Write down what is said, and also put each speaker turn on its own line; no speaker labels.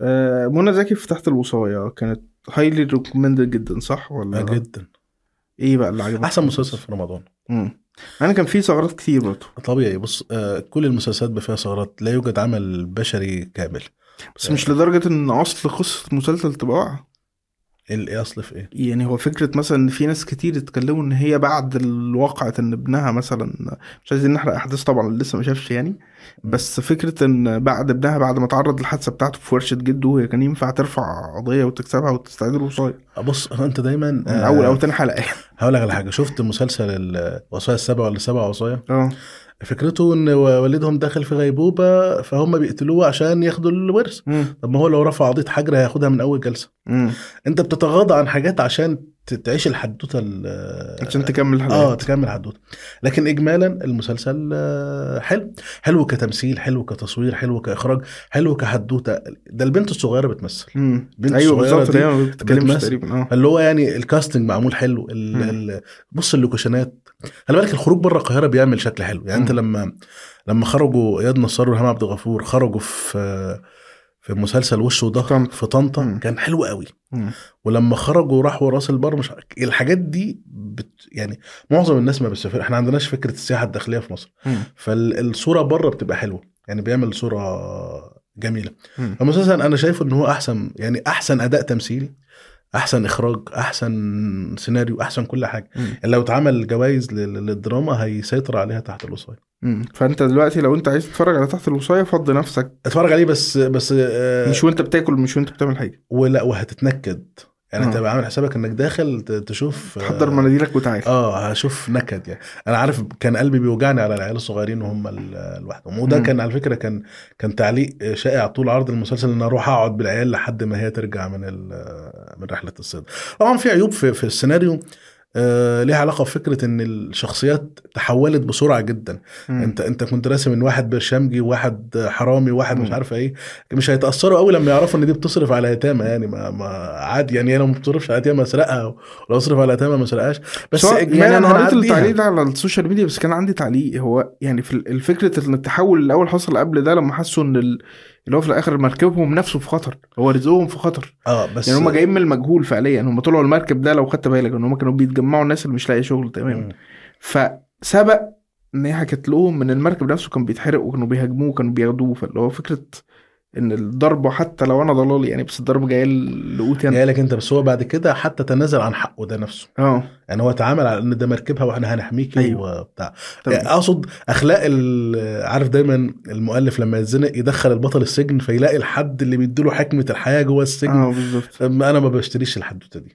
آه، منى زكي في تحت الوصاية كانت هايلي ريكومندد جدا صح ولا
جدا
ايه بقى اللي عجبك
احسن آه، مسلسل في رمضان
مم. انا كان في ثغرات كتير برضه
طبيعي بص آه كل المسلسلات بقى فيها ثغرات لا يوجد عمل بشري كامل
بس مش لدرجة ان اصل قصة مسلسل تبقى واقعة
ال- ايه اصل في ايه
يعني هو فكرة مثلا ان في ناس كتير اتكلموا ان هي بعد الواقعة ان ابنها مثلا مش عايزين نحرق احداث طبعا اللي لسه ما شافش يعني بس فكرة ان بعد ابنها بعد ما تعرض للحادثة بتاعته في ورشة جده هي كان ينفع ترفع قضية وتكسبها وتستعيد الوصاية
آه، بص هو انت دايما
من اول او تاني حلقة
آه،
يعني.
هقول لك على حاجه شفت مسلسل الوصايا السبع ولا سبع وصايا
اه
فكرته ان والدهم دخل في غيبوبه فهم بيقتلوه عشان ياخدوا الورث
مم.
طب ما هو لو رفع قضيه حجر هياخدها من اول جلسه
مم.
انت بتتغاضى عن حاجات عشان ت- تعيش الحدوته ال-
عشان تكمل
اه
الحلقة
تكمل حدوته لكن اجمالا المسلسل آه، حلو حلو كتمثيل حلو كتصوير حلو كاخراج حلو كحدوته ده البنت الصغيره بتمثل
مم.
البنت
ايوه
الصغيرة
بالظبط
دي
هي ما بتتكلمش
بتمثل.
تقريبا اه
اللي هو يعني الكاستنج معمول حلو ال-
مم.
ال- بص اللوكيشنات خلي بالك الخروج بره القاهره بيعمل شكل حلو يعني انت
مم.
لما لما خرجوا اياد نصار وهام عبد الغفور خرجوا في في مسلسل وش وضهر
طنطا.
في طنطا
مم.
كان حلو قوي
مم.
ولما خرجوا راحوا راس البر مش الحاجات دي بت يعني معظم الناس ما بتسافر احنا ما عندناش فكره السياحه الداخليه في مصر
مم.
فالصوره بره بتبقى حلوه يعني بيعمل صوره جميله
مم.
فمسلسل انا شايفه ان هو احسن يعني احسن اداء تمثيلي احسن اخراج احسن سيناريو احسن كل حاجه
مم.
يعني لو اتعمل جوائز لل- للدراما هيسيطر عليها تحت الوصايه
مم. فانت دلوقتي لو انت عايز تتفرج على تحت الوصاية فض نفسك
اتفرج عليه بس بس آه،
مش وانت بتاكل مش وانت بتعمل حاجة
ولا وهتتنكد يعني انت
آه.
عامل حسابك انك داخل ت- تشوف آه،
تحضر مناديلك وتعالى
اه هشوف نكد يعني انا عارف كان قلبي بيوجعني على العيال الصغيرين وهم ال- لوحدهم وده
مم.
كان على فكره كان كان تعليق شائع طول عرض المسلسل ان اروح اقعد بالعيال لحد ما هي ترجع من ال- من رحله الصيد طبعا في عيوب في, في السيناريو آه ليها علاقه بفكره ان الشخصيات تحولت بسرعه جدا
مم.
انت انت كنت راسم ان واحد برشامجي وواحد حرامي وواحد مش
مم.
عارف ايه مش هيتاثروا قوي لما يعرفوا ان دي بتصرف على يتامى يعني ما, ما عادي يعني انا ما بتصرفش على يتامى اسرقها ولو اصرف على يتامى ما اسرقهاش بس
سواء-
اجمالا
يعني انا قريت
هنعديها.
التعليق ده على السوشيال ميديا بس كان عندي تعليق هو يعني في ال- الفكره ان التحول الاول حصل قبل ده لما حسوا ان ال- اللي هو في الاخر مركبهم نفسه في خطر هو رزقهم في خطر
اه بس
يعني هم جايين من المجهول فعليا هم طلعوا المركب ده لو خدت بالك ان هم كانوا بيتجمعوا الناس اللي مش لاقي شغل تماما
مم.
فسبق ان هي حكت لهم ان المركب نفسه كان بيتحرق وكانوا بيهاجموه وكانوا بياخدوه فاللي هو فكره ان الضربه حتى لو انا ضلالي يعني بس الضربه جايه لقوتي انا
جاي يعني لك انت بس هو بعد كده حتى تنازل عن حقه ده نفسه
اه
يعني هو اتعامل على ان ده مركبها واحنا هنحميكي
أيوة.
وبتاع
تمام.
اقصد اخلاق ال- عارف دايما المؤلف لما يتزنق يدخل البطل السجن فيلاقي الحد اللي بيديله حكمه الحياه جوه السجن
اه بالظبط
انا ما بشتريش الحدوته دي